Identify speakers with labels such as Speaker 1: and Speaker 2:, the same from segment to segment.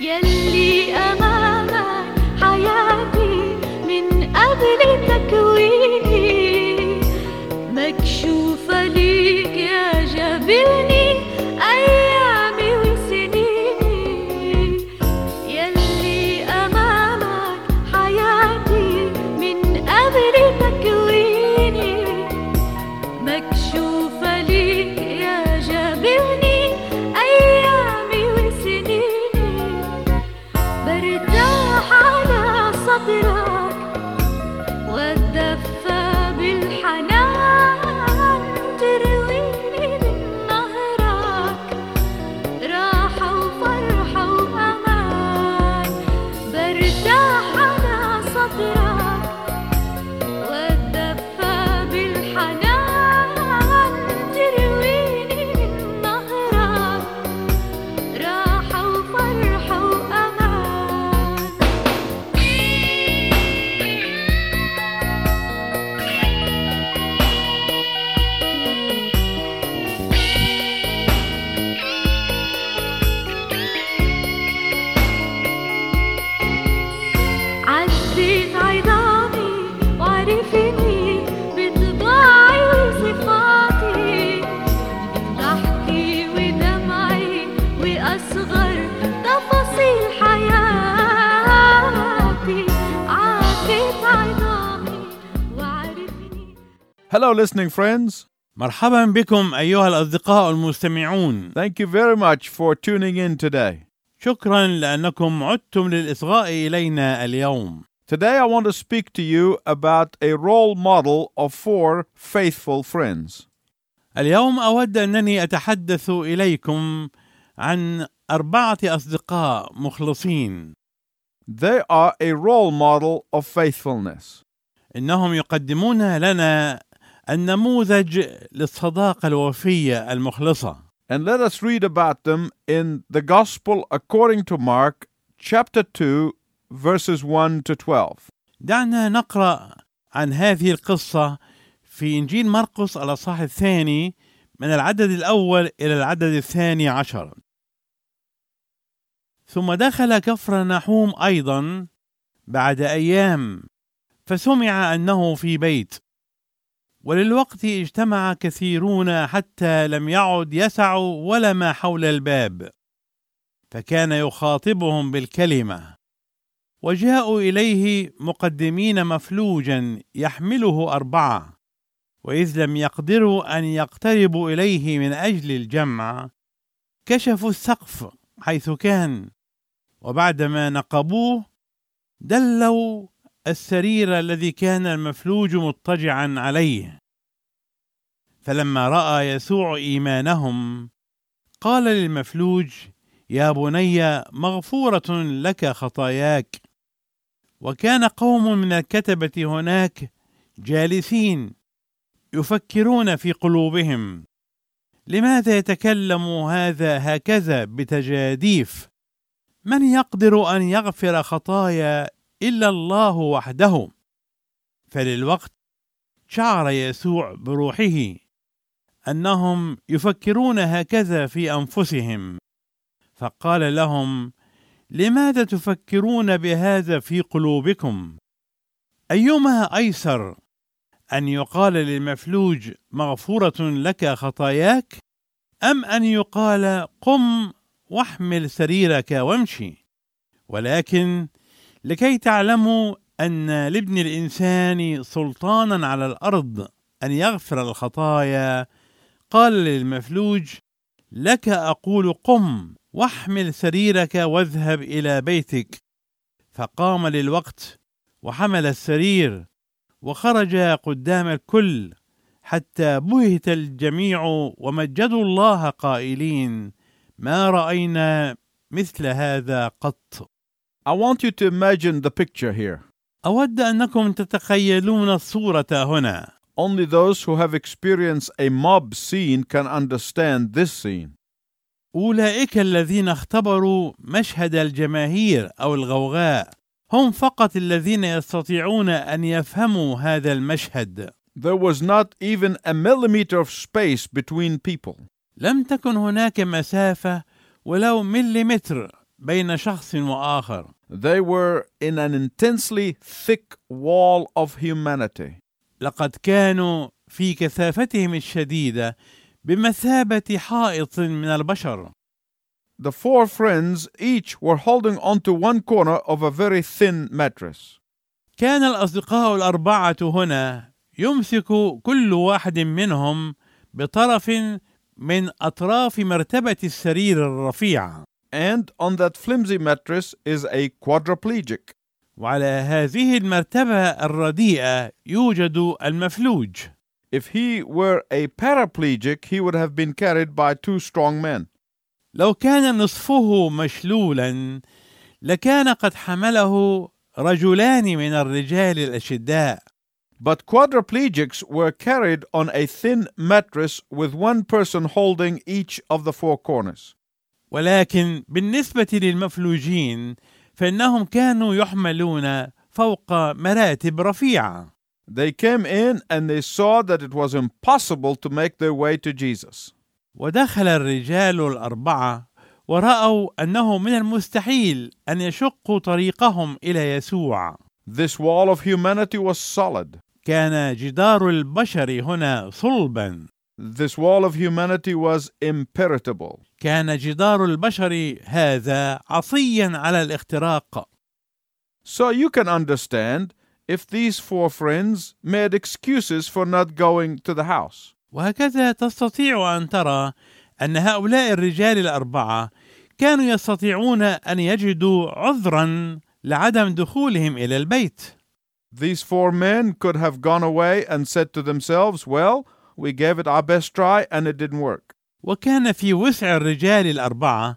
Speaker 1: يلي أمامك حياتي من قبل تكويني مكشوفة ليك يا جبلني أيامي وسنيني يلي أمامك حياتي من قبل تكويني مكشوفة ليك يا جابرني أيامي وسنيني برتاح على صدرك واتدفى بالحنان ترويني من نهرك راحة وفرحة وأمان برتاح على صدرك واتدفى بالحنان ترويني من نهرك راحة وفرحة وأمان عدت عظامي وعرفتني بطباعي وصفاتي ضحكي ودمعي وأصغر تفاصيل حياتي عدت عظامي وعرفتني
Speaker 2: Hello, listening friends.
Speaker 3: مرحبا بكم أيها الأصدقاء المستمعون
Speaker 2: Thank you very much for tuning in today.
Speaker 3: شكرا لأنكم عدتم للإصغاء إلينا اليوم
Speaker 2: Today, I want to speak to you about a role model of four faithful friends.
Speaker 3: اليوم أود أنني أتحدث إليكم عن أربعة أصدقاء مخلصين
Speaker 2: They are a role model of faithfulness.
Speaker 3: إنهم يقدمون لنا النموذج للصداقة الوفية المخلصة
Speaker 2: And let us read about them in the Gospel according to Mark, chapter 2, verses 1 to 12.
Speaker 3: دعنا نقرأ عن هذه القصة في إنجيل مرقس الأصحاح الثاني من العدد الأول إلى العدد الثاني عشر ثم دخل كفر نحوم أيضا بعد أيام فسمع أنه في بيت وللوقت اجتمع كثيرون حتى لم يعد يسع ولا ما حول الباب فكان يخاطبهم بالكلمه وجاءوا إليه مقدمين مفلوجا يحمله أربعة وإذ لم يقدروا أن يقتربوا إليه من أجل الجمع كشفوا السقف حيث كان وبعدما نقبوه دلوا السرير الذي كان المفلوج مضطجعا عليه فلما رأى يسوع إيمانهم قال للمفلوج يا بني مغفورة لك خطاياك وكان قوم من الكتبة هناك جالسين يفكرون في قلوبهم لماذا يتكلم هذا هكذا بتجاديف من يقدر أن يغفر خطايا إلا الله وحده فللوقت شعر يسوع بروحه أنهم يفكرون هكذا في أنفسهم فقال لهم لماذا تفكرون بهذا في قلوبكم ايما ايسر ان يقال للمفلوج مغفوره لك خطاياك ام ان يقال قم واحمل سريرك وامشي ولكن لكي تعلموا ان لابن الانسان سلطانا على الارض ان يغفر الخطايا قال للمفلوج لك اقول قم واحمل سريرك واذهب الى بيتك فقام للوقت وحمل السرير وخرج قدام الكل حتى بهت الجميع ومجدوا الله قائلين ما راينا مثل هذا قط
Speaker 2: I want you to imagine the picture here.
Speaker 3: اود انكم تتخيلون الصوره هنا
Speaker 2: Only those who have experienced a mob scene can understand this scene.
Speaker 3: أولئك الذين اختبروا مشهد الجماهير أو الغوغاء هم فقط الذين يستطيعون أن يفهموا هذا المشهد
Speaker 2: There was not even a millimeter of space between people.
Speaker 3: لم تكن هناك مسافة ولو مليمتر بين شخص واخر
Speaker 2: They were in an intensely thick wall of humanity.
Speaker 3: لقد كانوا في كثافتهم الشديده بمثابه حائط من البشر
Speaker 2: The four friends each were holding onto one corner of a very thin mattress.
Speaker 3: كان الأصدقاء الأربعة هنا يمسك كل واحد منهم بطرف من أطراف مرتبة السرير الرفيعة،
Speaker 2: And on that flimsy mattress is a quadriplegic.
Speaker 3: وعلى هذه المرتبة الرديئة يوجد المفلوج،
Speaker 2: If he were a paraplegic, he would have been carried by two strong men.
Speaker 3: لو كان نصفه مشلولا لكان قد حمله رجلان من الرجال الأشداء،
Speaker 2: But quadriplegics were carried on a thin mattress with one person holding each of the four corners.
Speaker 3: ولكن بالنسبة للمفلوجين فإنهم كانوا يحملون فوق مراتب رفيعة.
Speaker 2: They came in and they saw that it was impossible to make their way to Jesus.
Speaker 3: ودخل الرجال الأربعة ورأوا أنه من المستحيل أن يشقوا طريقهم إلى يسوع.
Speaker 2: This wall of humanity was solid.
Speaker 3: كان جدار البشر هنا صلبا،
Speaker 2: This wall of humanity was impenetrable.
Speaker 3: كان جدار البشر هذا عصيا على الاختراق.
Speaker 2: So you can understand if these four friends made excuses for not going to the house.
Speaker 3: وهكذا تستطيع أن ترى أن هؤلاء الرجال الأربعة كانوا يستطيعون أن يجدوا عذرا لعدم دخولهم إلى البيت.
Speaker 2: These four men could have gone away and said to themselves, Well, we gave it our best try and it didn't work.
Speaker 3: وكان في وسع الرجال الأربعة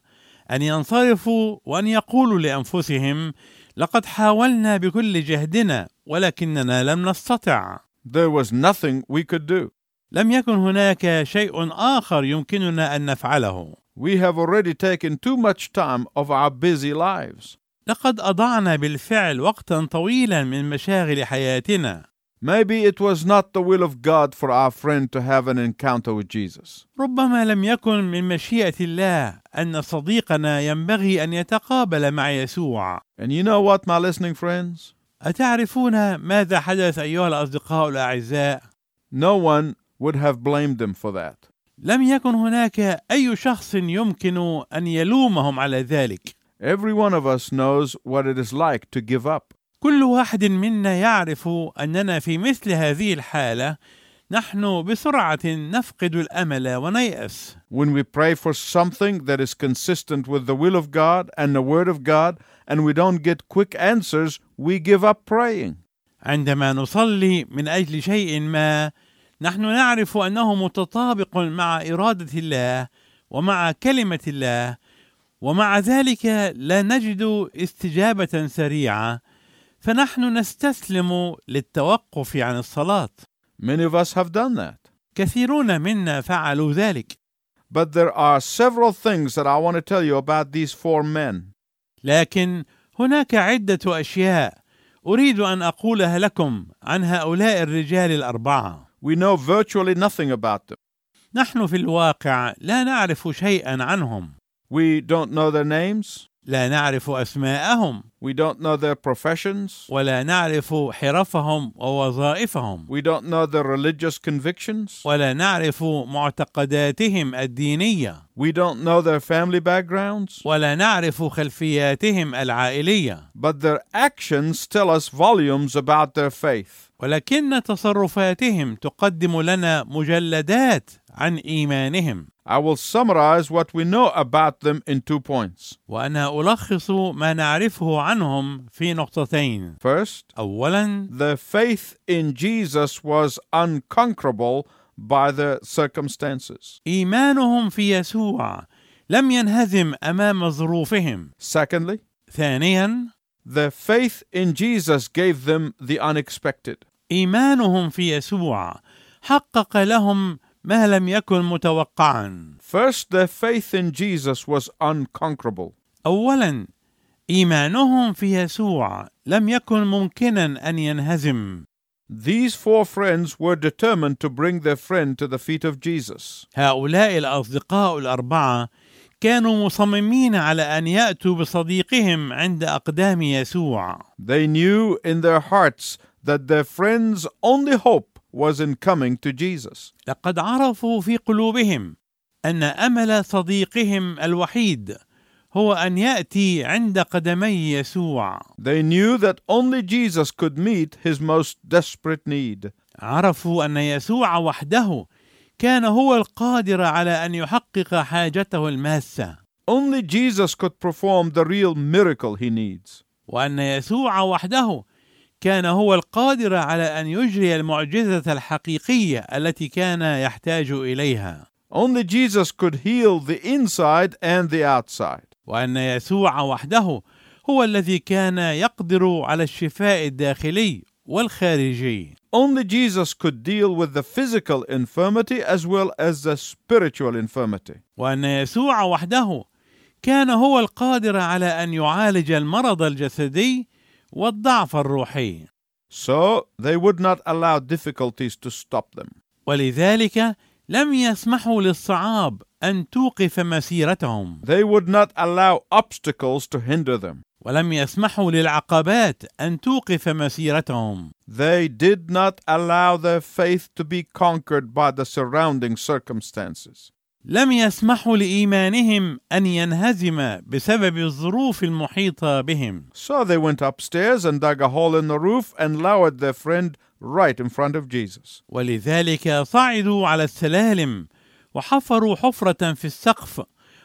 Speaker 3: أن ينصرفوا وأن يقولوا لأنفسهم: لقد حاولنا بكل جهدنا ولكننا لم نستطع.
Speaker 2: There was nothing we could do.
Speaker 3: لم يكن هناك شيء آخر يمكننا أن نفعله.
Speaker 2: We have already taken too much time of our busy lives.
Speaker 3: لقد أضعنا بالفعل وقتا طويلا من مشاغل حياتنا.
Speaker 2: Maybe it was not the will of God for our friend to have an encounter with Jesus.
Speaker 3: ربما لم يكن من مشيئة الله أن صديقنا ينبغي أن يتقابل مع يسوع.
Speaker 2: And you know what, my listening friends?
Speaker 3: أتعرفون ماذا حدث أيها الأصدقاء الأعزاء؟
Speaker 2: No one would have blamed them for that.
Speaker 3: لم يكن هناك أي شخص يمكن أن يلومهم على ذلك.
Speaker 2: Every one of us knows what it is like to give up.
Speaker 3: كل واحد منا يعرف أننا في مثل هذه الحالة نحن بسرعة نفقد الأمل ونيأس.
Speaker 2: When we pray for something that is consistent with the will of God and the Word of God, and we don't get quick answers, we give up praying.
Speaker 3: عندما نصلي من أجل شيء ما نحن نعرف أنه متطابق مع إرادة الله ومع كلمة الله ومع ذلك لا نجد استجابة سريعة فنحن نستسلم للتوقف عن الصلاة.
Speaker 2: Many of us have done that.
Speaker 3: كثيرون منا فعلوا ذلك
Speaker 2: But there are several things that I want to tell you about these four men.
Speaker 3: لكن هناك عده اشياء اريد ان اقولها لكم عن هؤلاء الرجال الاربعه
Speaker 2: We know virtually nothing about them.
Speaker 3: نحن في الواقع لا نعرف شيئا عنهم
Speaker 2: We don't know their names,
Speaker 3: لا نعرف اسماءهم
Speaker 2: we don't know their professions,
Speaker 3: ولا نعرف حرفهم ووظائفهم
Speaker 2: we don't know their religious convictions,
Speaker 3: ولا نعرف معتقداتهم الدينيه
Speaker 2: we don't know their family backgrounds.
Speaker 3: ولا نعرف خلفياتهم العائليه
Speaker 2: but their actions tell us volumes about their faith.
Speaker 3: ولكن تصرفاتهم تقدم لنا مجلدات عن ايمانهم
Speaker 2: I will summarize what we know about them in two points.
Speaker 3: وأنا ألخص ما نعرفه عنهم في نقطتين
Speaker 2: First,
Speaker 3: أولا
Speaker 2: their faith in Jesus was unconquerable by their circumstances.
Speaker 3: إيمانهم في يسوع لم ينهزم أمام ظروفهم
Speaker 2: Secondly,
Speaker 3: ثانيا
Speaker 2: their faith in Jesus gave them the unexpected.
Speaker 3: إيمانهم في يسوع حقق لهم ما لم يكن متوقعا
Speaker 2: First, their faith in Jesus was unconquerable.
Speaker 3: أولا إيمانهم في يسوع لم يكن ممكنا أن ينهزم
Speaker 2: These four friends were determined to bring their friend to the feet of Jesus.
Speaker 3: هؤلاء الأصدقاء الأربعة كانوا مصممين على ان ياتوا بصديقهم عند اقدام يسوع
Speaker 2: They knew in their hearts that their friend's only hope was in coming to Jesus.
Speaker 3: لقد عرفوا في قلوبهم ان امل صديقهم الوحيد هو ان ياتي عند قدمي يسوع
Speaker 2: They knew that only Jesus could meet his most desperate need.
Speaker 3: عرفوا ان يسوع وحده كان هو القادر على ان يحقق حاجته الماسه
Speaker 2: Only Jesus could perform the real miracle he needs.
Speaker 3: وان يسوع وحده كان هو القادر على ان يجري المعجزه الحقيقيه التي كان يحتاج اليها
Speaker 2: Only Jesus could heal the inside and the outside.
Speaker 3: وان يسوع وحده هو الذي كان يقدر على الشفاء الداخلي والخارجي
Speaker 2: Only Jesus could deal with the physical infirmity as well as the spiritual infirmity.
Speaker 3: وان يسوع وحده كان هو القادر على ان يعالج المرض الجسدي والضعف الروحي
Speaker 2: So they would not allow difficulties to stop them.
Speaker 3: ولذلك لم يسمحوا للصعاب ان توقف مسيرتهم
Speaker 2: They would not allow obstacles to hinder them.
Speaker 3: ولم يسمحوا للعقبات ان توقف مسيرتهم
Speaker 2: They did not allow their faith to be conquered by the surrounding circumstances.
Speaker 3: لم يسمحوا لايمانهم ان ينهزم بسبب الظروف المحيطه بهم
Speaker 2: So they went upstairs and dug a hole in the roof and lowered their friend right in front of Jesus.
Speaker 3: ولذلك صعدوا على السلالم وحفروا حفره في السقف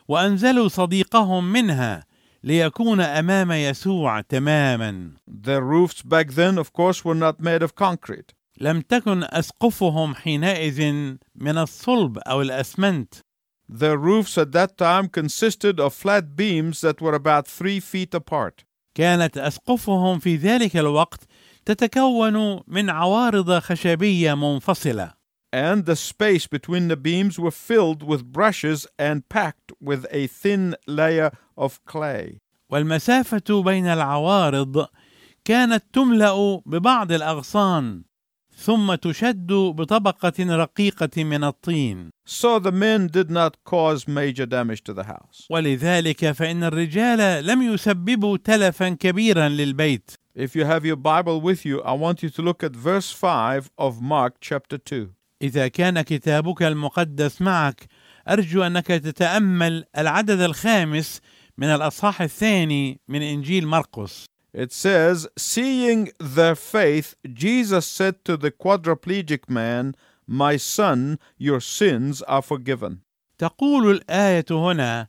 Speaker 3: وانزلوا صديقهم منها ليكون امام يسوع تماما
Speaker 2: Their roofs back then, of course, were not made of concrete.
Speaker 3: لم تكن اسقفهم حينئذ من الصلب او الاسمنت
Speaker 2: Their roofs at that time consisted of flat beams that were about three feet apart.
Speaker 3: كانت أسقفهم في ذلك الوقت تتكون من عوارض خشبية منفصلة،
Speaker 2: And the space between the beams were filled with brushes and packed with a thin layer of clay.
Speaker 3: والمسافة بين العوارض كانت تملأ ببعض الأغصان، ثم تشد بطبقة رقيقة من الطين،
Speaker 2: So the men did not cause major damage to the house.
Speaker 3: ولذلك فإن الرجال لم يسببوا تلفا كبيرا للبيت.
Speaker 2: If you have your Bible with you, I want you to look at verse 5 of Mark chapter 2.
Speaker 3: إذا كان كتابك المقدس معك، أرجو أنك تتأمل العدد الخامس من الأصحاح الثاني من إنجيل مرقس.
Speaker 2: It says, Seeing their faith, Jesus said to the quadriplegic man, My son, your sins are forgiven.
Speaker 3: تقول الآية هنا: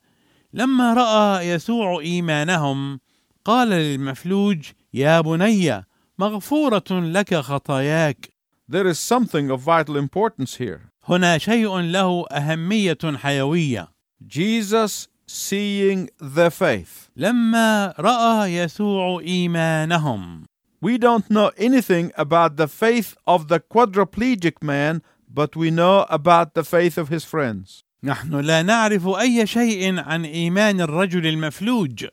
Speaker 3: لما رأى يسوع إيمانهم، قال للمفلوج: يا بني، مغفورة لك خطاياك.
Speaker 2: There is something of vital importance here.
Speaker 3: هنا شيء له أهمية حيوية.
Speaker 2: Jesus seeing their faith.
Speaker 3: لما رأى يسوع إيمانهم،
Speaker 2: We don't know anything about the faith of the quadriplegic man, but we know about the faith of his friends.
Speaker 3: نحن لا نعرف أي شيء عن إيمان الرجل المفلوج،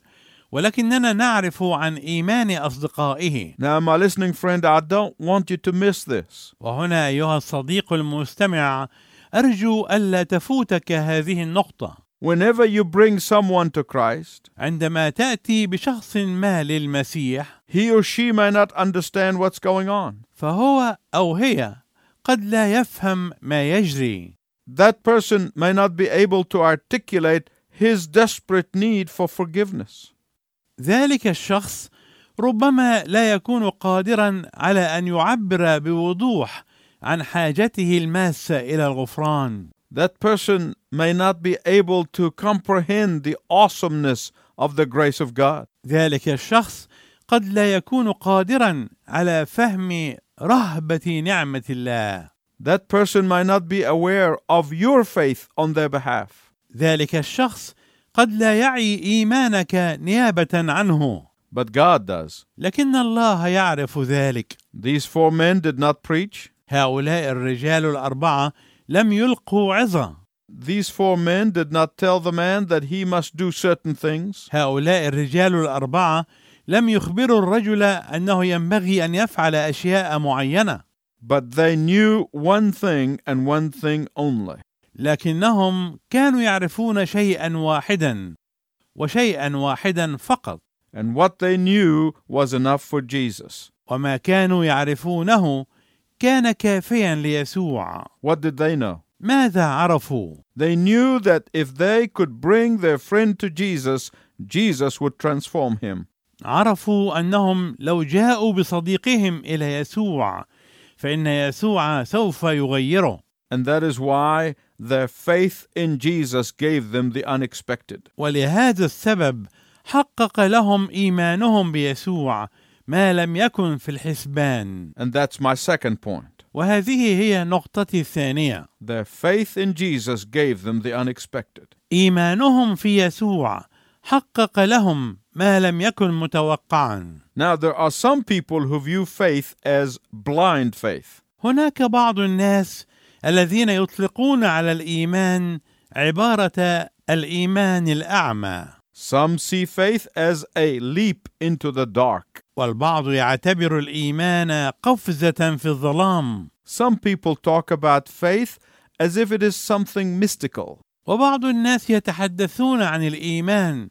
Speaker 3: ولكننا نعرف عن إيمان أصدقائه.
Speaker 2: Now, my listening friend, I don't want you to miss this.
Speaker 3: وهنا أيها الصديق المستمع، أرجو ألا تفوتك هذه النقطة.
Speaker 2: Whenever you bring someone to Christ,
Speaker 3: عندما تأتي بشخص ما للمسيح
Speaker 2: he or she may not understand what's going on.
Speaker 3: فهو أو هي قد لا يفهم ما يجري
Speaker 2: That person may not be able to articulate his desperate need for forgiveness.
Speaker 3: ذلك الشخص ربما لا يكون قادرا على أن يعبر بوضوح عن حاجته الماسة إلى الغفران
Speaker 2: That person may not be able to comprehend the awesomeness of the grace of God.
Speaker 3: ذلك الشخص قد لا يكون قادرا على فهم رهبة نعمة الله
Speaker 2: That person may not be aware of your faith on their behalf.
Speaker 3: ذلك الشخص قد لا يعي إيمانك نيابة عنه
Speaker 2: But God does.
Speaker 3: لكن الله يعرف ذلك
Speaker 2: These four men did not preach.
Speaker 3: هؤلاء الرجال الاربعه لم يلقوا عظه
Speaker 2: These four men did not tell the man that he must do certain things.
Speaker 3: هؤلاء الرجال الاربعه لم يخبروا الرجل انه ينبغي ان يفعل اشياء معينه
Speaker 2: But they knew one thing and one thing only
Speaker 3: لكنهم كانوا يعرفون شيئا واحدا وشيئا واحدا فقط
Speaker 2: and what they knew was enough for Jesus.
Speaker 3: وما كانوا يعرفونه كان كافيا ليسوع
Speaker 2: What did they know?
Speaker 3: ماذا عرفوا
Speaker 2: They knew that if they could bring their friend to Jesus, Jesus would transform him.
Speaker 3: عرفوا انهم لو جاءوا بصديقهم الى يسوع فان يسوع سوف يغيره
Speaker 2: And that is why their faith in Jesus gave them the unexpected.
Speaker 3: ولهذا السبب حقق لهم ايمانهم بيسوع ما لم يكن في الحسبان
Speaker 2: And that's my second point.
Speaker 3: وهذه هي نقطتي الثانيه
Speaker 2: Their faith in Jesus gave them the unexpected.
Speaker 3: ايمانهم في يسوع حقق لهم ما لم يكن متوقعا
Speaker 2: Now, there are some people who view faith as blind faith.
Speaker 3: هناك بعض الناس الذين يطلقون على الايمان عباره الايمان الاعمى
Speaker 2: Some see faith as a leap into the dark.
Speaker 3: والبعض يعتبر الايمان قفزه في الظلام
Speaker 2: Some people talk about faith as if it is something mystical.
Speaker 3: وبعض الناس يتحدثون عن الايمان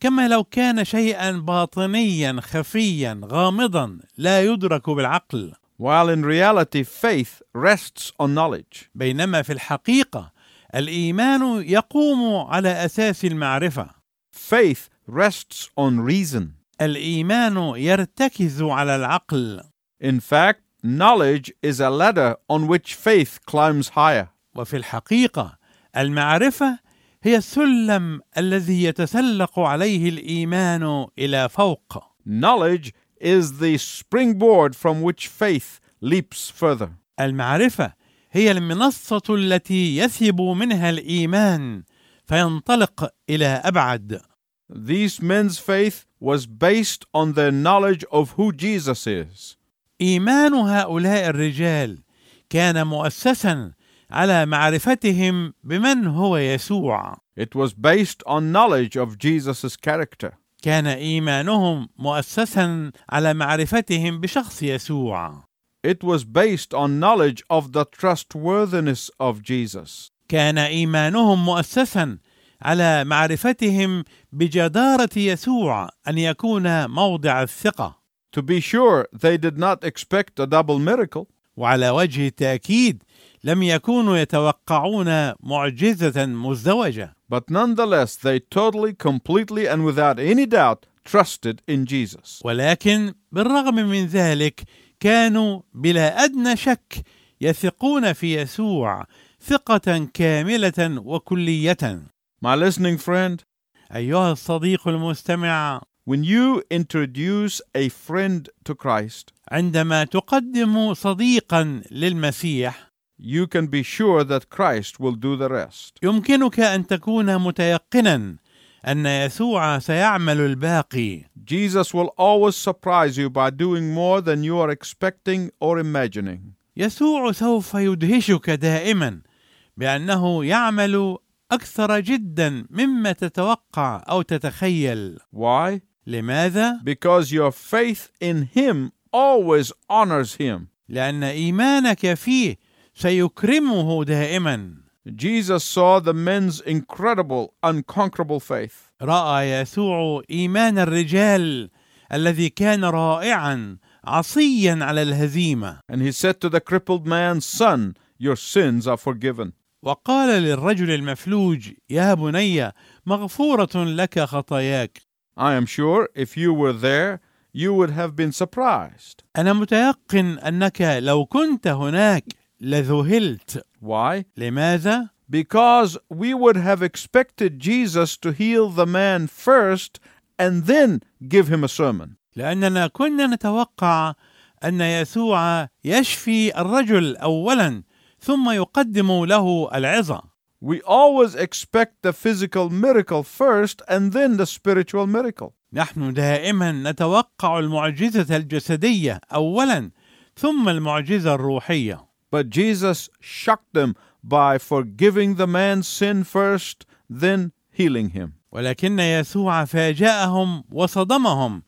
Speaker 3: كما لو كان شيئا باطنيا خفيا غامضا لا يدرك بالعقل
Speaker 2: While in reality, faith rests on knowledge.
Speaker 3: بينما في الحقيقه الايمان يقوم على اساس المعرفه
Speaker 2: Faith rests on reason.
Speaker 3: الايمان يرتكز على العقل
Speaker 2: In fact, knowledge is a ladder on which faith climbs higher.
Speaker 3: وفي الحقيقه المعرفه هي السلم الذي يتسلق عليه الايمان الى فوق
Speaker 2: Knowledge is the springboard from which faith leaps further.
Speaker 3: المعرفة هي المنصة التي يثب منها الإيمان فينطلق إلى أبعد.
Speaker 2: These men's faith was based on their knowledge of who Jesus is.
Speaker 3: إيمان هؤلاء الرجال كان مؤسسا على معرفتهم بمن هو يسوع.
Speaker 2: It was based on knowledge of Jesus' character.
Speaker 3: كان إيمانهم مؤسسا على معرفتهم بشخص يسوع.
Speaker 2: It was based on knowledge of the trustworthiness of Jesus.
Speaker 3: كان إيمانهم مؤسسا على معرفتهم بجدارة يسوع أن يكون موضع الثقة.
Speaker 2: To be sure, they did not expect a double miracle,
Speaker 3: وعلى وجه التأكيد لم يكونوا يتوقعون معجزة مزدوجة،
Speaker 2: but nonetheless, they totally, completely, and without any doubt trusted in Jesus.
Speaker 3: ولكن بالرغم من ذلك كانوا بلا أدنى شك يثقون في يسوع ثقة كاملة وكلية.
Speaker 2: My listening friend,
Speaker 3: أيها الصديق المستمع،
Speaker 2: when you introduce a friend to Christ,
Speaker 3: عندما تقدم صديقا للمسيح،
Speaker 2: you can be sure that Christ will do the rest.
Speaker 3: يمكنك أن تكون متيقنا أن يسوع سيعمل الباقي.
Speaker 2: Jesus will always surprise you by doing more than you are expecting or imagining.
Speaker 3: يسوع سوف يدهشك دائما بانه يعمل اكثر جدا مما تتوقع او تتخيل
Speaker 2: Why?
Speaker 3: لماذا
Speaker 2: because your faith in him always honors him.
Speaker 3: لان ايمانك فيه سيكرمه دائما
Speaker 2: Jesus saw the men's incredible, unconquerable faith.
Speaker 3: راى يسوع ايمان الرجال الذي كان رائعا عصيا على الهزيمه
Speaker 2: And he said to the crippled man, Son, your sins are forgiven.
Speaker 3: وقال للرجل المفلوج يا بني مغفوره لك خطاياك
Speaker 2: I am sure if you were there, you would have been surprised.
Speaker 3: أنا متيقن أنك لو كنت هناك لذهلت،
Speaker 2: Why?
Speaker 3: لماذا؟
Speaker 2: Because we would have expected Jesus to heal the man first and then give him a sermon.
Speaker 3: لأننا كنا نتوقع أن يسوع يشفي الرجل أولاً ثم يقدم له العظة،
Speaker 2: We always expect the physical miracle first and then the spiritual miracle.
Speaker 3: نحن دائماً نتوقع المعجزة الجسدية أولاً ثم المعجزة الروحية،
Speaker 2: But Jesus shocked them by forgiving the man's sin first, then healing him.
Speaker 3: ولكن يسوع فاجأهم وصدمهم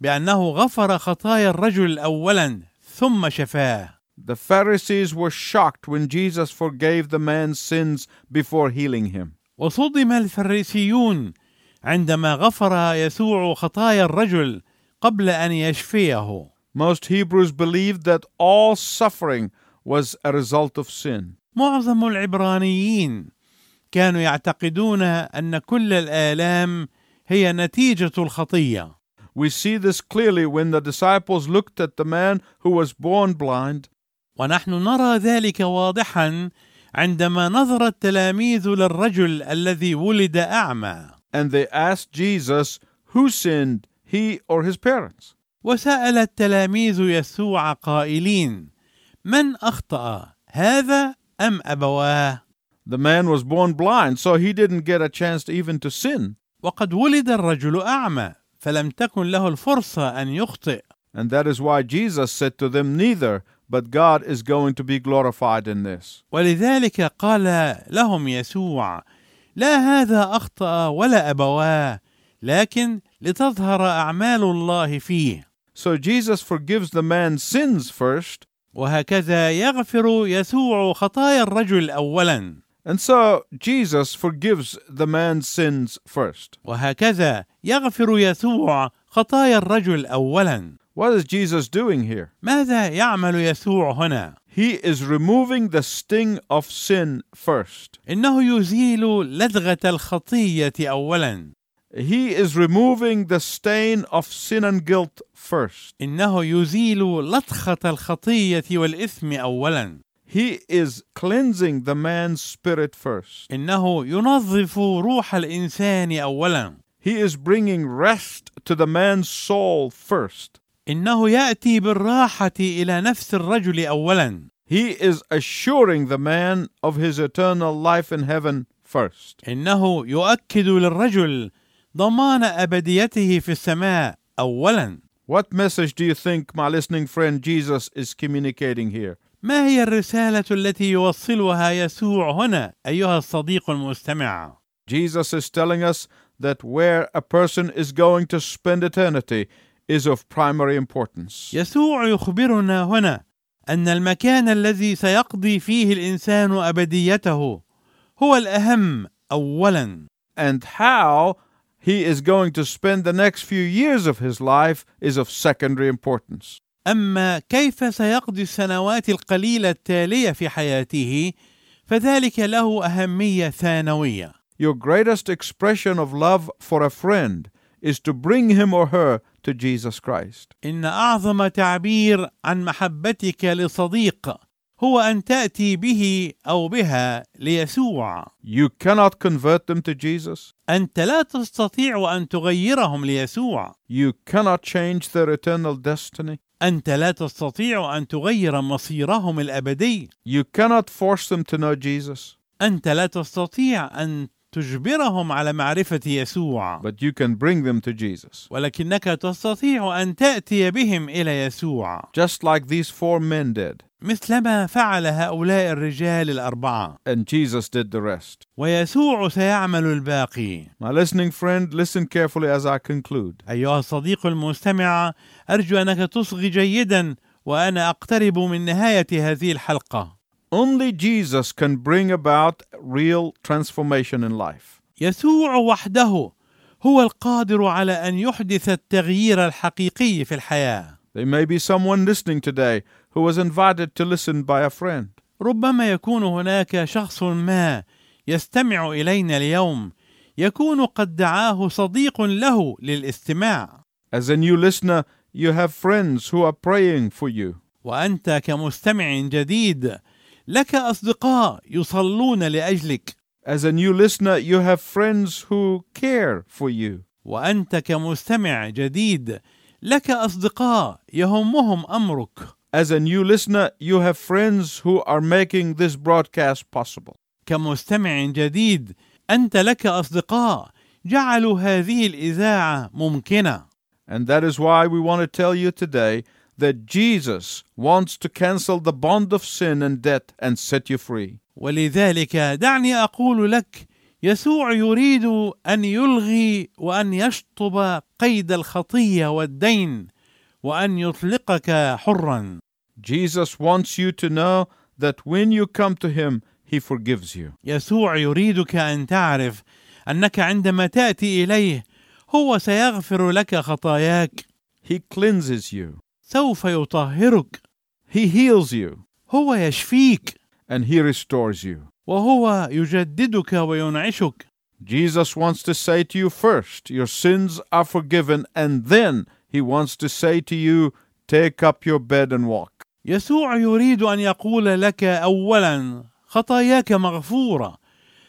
Speaker 3: بأنه غفر خطايا الرجل أولاً ثم شفاه.
Speaker 2: The Pharisees were shocked when Jesus forgave the man's sins before healing him.
Speaker 3: وصدم الفريسيون عندما غفر يسوع خطايا الرجل قبل ان يشفيه
Speaker 2: Most Hebrews believed that all suffering was a result of sin.
Speaker 3: معظم العبرانيين كانوا يعتقدون ان كل الالام هي نتيجه الخطيه
Speaker 2: We see this clearly when the disciples looked at the man who was born blind.
Speaker 3: ونحن نرى ذلك واضحا عندما نظر التلاميذ للرجل الذي ولد اعمى
Speaker 2: and they asked Jesus who sinned, he or his parents.
Speaker 3: وسال التلاميذ يسوع قائلين من اخطا هذا ام ابواه
Speaker 2: The man was born blind, so he didn't get a chance to even to sin.
Speaker 3: وقد ولد الرجل اعمى فلم تكن له الفرصه ان يخطئ
Speaker 2: And that is why Jesus said to them, Neither, but God is going to be glorified in this.
Speaker 3: ولذلك قال لهم يسوع لا هذا اخطا ولا ابواه لكن لتظهر اعمال الله فيه
Speaker 2: So Jesus forgives the man's sins first,
Speaker 3: وهكذا يغفر يسوع خطايا الرجل اولا
Speaker 2: and so Jesus forgives the man's sins first.
Speaker 3: وهكذا يغفر يسوع خطايا الرجل اولا
Speaker 2: What is Jesus doing here?
Speaker 3: ماذا يعمل يسوع هنا
Speaker 2: He is removing the sting of sin first.
Speaker 3: انه يزيل لدغه الخطيه اولا
Speaker 2: He is removing the stain of sin and guilt first.
Speaker 3: انه يزيل لطخه الخطيه والاثم اولا
Speaker 2: He is cleansing the man's spirit first.
Speaker 3: انه ينظف روح الانسان اولا
Speaker 2: He is bringing rest to the man's soul first.
Speaker 3: انه ياتي بالراحه الى نفس الرجل اولا
Speaker 2: He is assuring the man of his eternal life in heaven first.
Speaker 3: انه يؤكد للرجل ضمان ابديته في السماء اولا
Speaker 2: What message do you think, my listening friend, Jesus is communicating here?
Speaker 3: ما هي الرساله التي يوصلها يسوع هنا ايها الصديق المستمع
Speaker 2: Jesus is telling us that where a person is going to spend eternity is of primary importance.
Speaker 3: يسوع يخبرنا هنا ان المكان الذي سيقضي فيه الانسان ابديته هو الاهم اولا
Speaker 2: and how he is going to spend the next few years of his life is of secondary importance.
Speaker 3: اما كيف سيقضي السنوات القليله التاليه في حياته فذلك له اهميه ثانويه
Speaker 2: Your greatest expression of love for a friend is to bring him or her to Jesus Christ.
Speaker 3: ان اعظم تعبير عن محبتك لصديق هو ان تاتي به او بها ليسوع
Speaker 2: You cannot convert them to Jesus.
Speaker 3: انت لا تستطيع ان تغيرهم ليسوع
Speaker 2: You cannot change their eternal destiny.
Speaker 3: انت لا تستطيع ان تغير مصيرهم الابدي
Speaker 2: You cannot force them to know Jesus,
Speaker 3: انت لا تستطيع ان تجبرهم على معرفه يسوع
Speaker 2: but you can bring them to Jesus.
Speaker 3: ولكنك تستطيع ان تاتي بهم الى يسوع
Speaker 2: Just like these four men did,
Speaker 3: مثلما فعل هؤلاء الرجال الاربعه
Speaker 2: and Jesus did the rest.
Speaker 3: ويسوع سيعمل الباقي
Speaker 2: My listening friend, listen carefully as I conclude.
Speaker 3: ايها الصديق المستمع ارجو انك تصغي جيدا وانا اقترب من نهايه هذه الحلقه
Speaker 2: Only Jesus can bring about real transformation in life.
Speaker 3: يسوع وحده هو القادر على ان يحدث التغيير الحقيقي في الحياه
Speaker 2: There may be someone listening today who was invited to listen by a friend.
Speaker 3: ربما يكون هناك شخص ما يستمع الينا اليوم يكون قد دعاه صديق له للاستماع
Speaker 2: As a new listener, you have friends who are praying for you.
Speaker 3: وانت كمستمع جديد لك اصدقاء يصلون لاجلك
Speaker 2: As a new listener, you have friends who care for you.
Speaker 3: وانت كمستمع جديد لك اصدقاء يهمهم امرك
Speaker 2: As a new listener, you have friends who are making this broadcast possible.
Speaker 3: كمستمع جديد انت لك اصدقاء جعلوا هذه الاذاعه ممكنه
Speaker 2: And that is why we want to tell you today that Jesus wants to cancel the bond of sin and debt and set you free.
Speaker 3: ولذلك دعني اقول لك يسوع يريد ان يلغي وان يشطب قيد الخطيه والدين وان يطلقك حرا
Speaker 2: Jesus wants you to know that when you come to Him, He forgives you.
Speaker 3: يسوع يريدك ان تعرف انك عندما تاتي اليه هو سيغفر لك خطاياك
Speaker 2: He cleanses you,
Speaker 3: سوف يطهرك
Speaker 2: He heals you,
Speaker 3: هو يشفيك
Speaker 2: and He restores you.
Speaker 3: وهو يجددك وينعشك
Speaker 2: Jesus wants to say to you first, Your sins are forgiven, and then He wants to say to you, Take up your bed and walk.
Speaker 3: يسوع يريد ان يقول لك اولا خطاياك مغفوره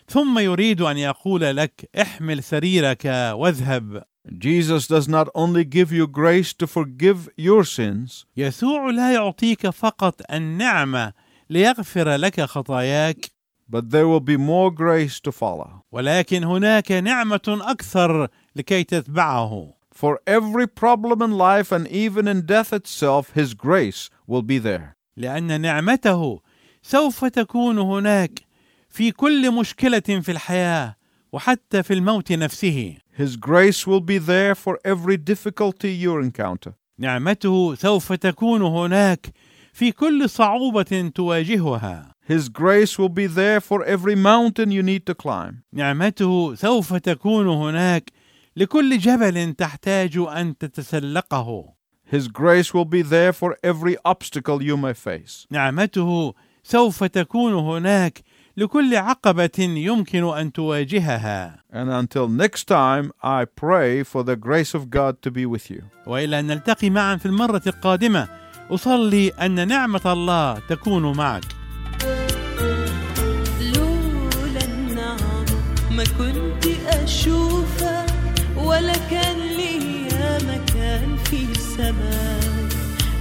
Speaker 3: ثم يريد ان يقول لك احمل سريرك واذهب
Speaker 2: Jesus does not only give you grace to forgive your sins,
Speaker 3: يسوع لا يعطيك فقط النعمه ليغفر لك خطاياك
Speaker 2: but there will be more grace to follow.
Speaker 3: ولكن هناك نعمة أكثر لكي تتبعه
Speaker 2: For every problem in life and even in death itself, His grace will be there.
Speaker 3: لأن نعمته سوف تكون هناك في كل مشكلة في الحياة وحتى في الموت نفسه
Speaker 2: His grace will be there for every difficulty you encounter.
Speaker 3: نعمته سوف تكون هناك في كل صعوبة تواجهها
Speaker 2: His grace will be there for every mountain you need to climb.
Speaker 3: نعمته سوف تكون هناك لكل جبل تحتاج أن تتسلقه
Speaker 2: His grace will be there for every obstacle you may face.
Speaker 3: نعمته سوف تكون هناك لكل عقبة يمكن أن تواجهها
Speaker 2: And until next time, I pray for the grace of God to be with you.
Speaker 3: والى ان نلتقي معا في المره القادمه اصلي ان نعمه الله تكون معك
Speaker 4: لولا النعمة ما كنت أشوفك ولا كان ليا مكان في سماك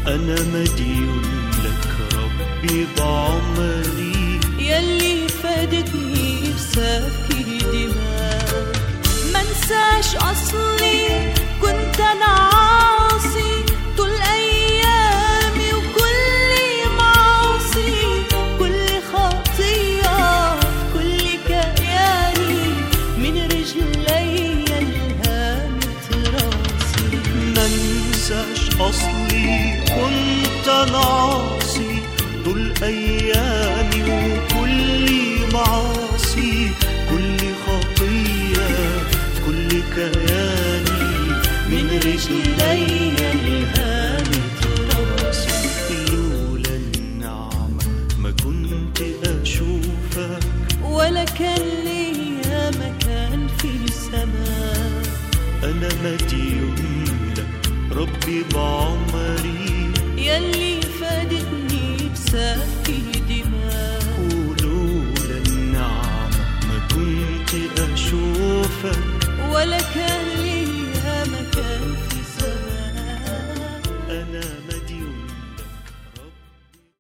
Speaker 5: أنا مدين لك ربي بعمري
Speaker 4: يلي فادتني بسفك دماك ما انساش أصلي كنت أنا عاصي طول أيامي وكل معاصي كل خطية في كل كياني من رجلي الهامت راسي
Speaker 5: منساش أصلي كنت أنا عاصي طول أيامي وكل معاصي كل خطية كل كياني من رجلي ألهمت راسي لولا النعمة ما كنت أشوفك
Speaker 4: ولا كان ليا مكان في سماك
Speaker 5: أنا مديون لك ربي بعمري
Speaker 4: يلي فادتني بسفك دماك
Speaker 5: ولولا النعمة ما كنت أشوفك
Speaker 4: ولا كان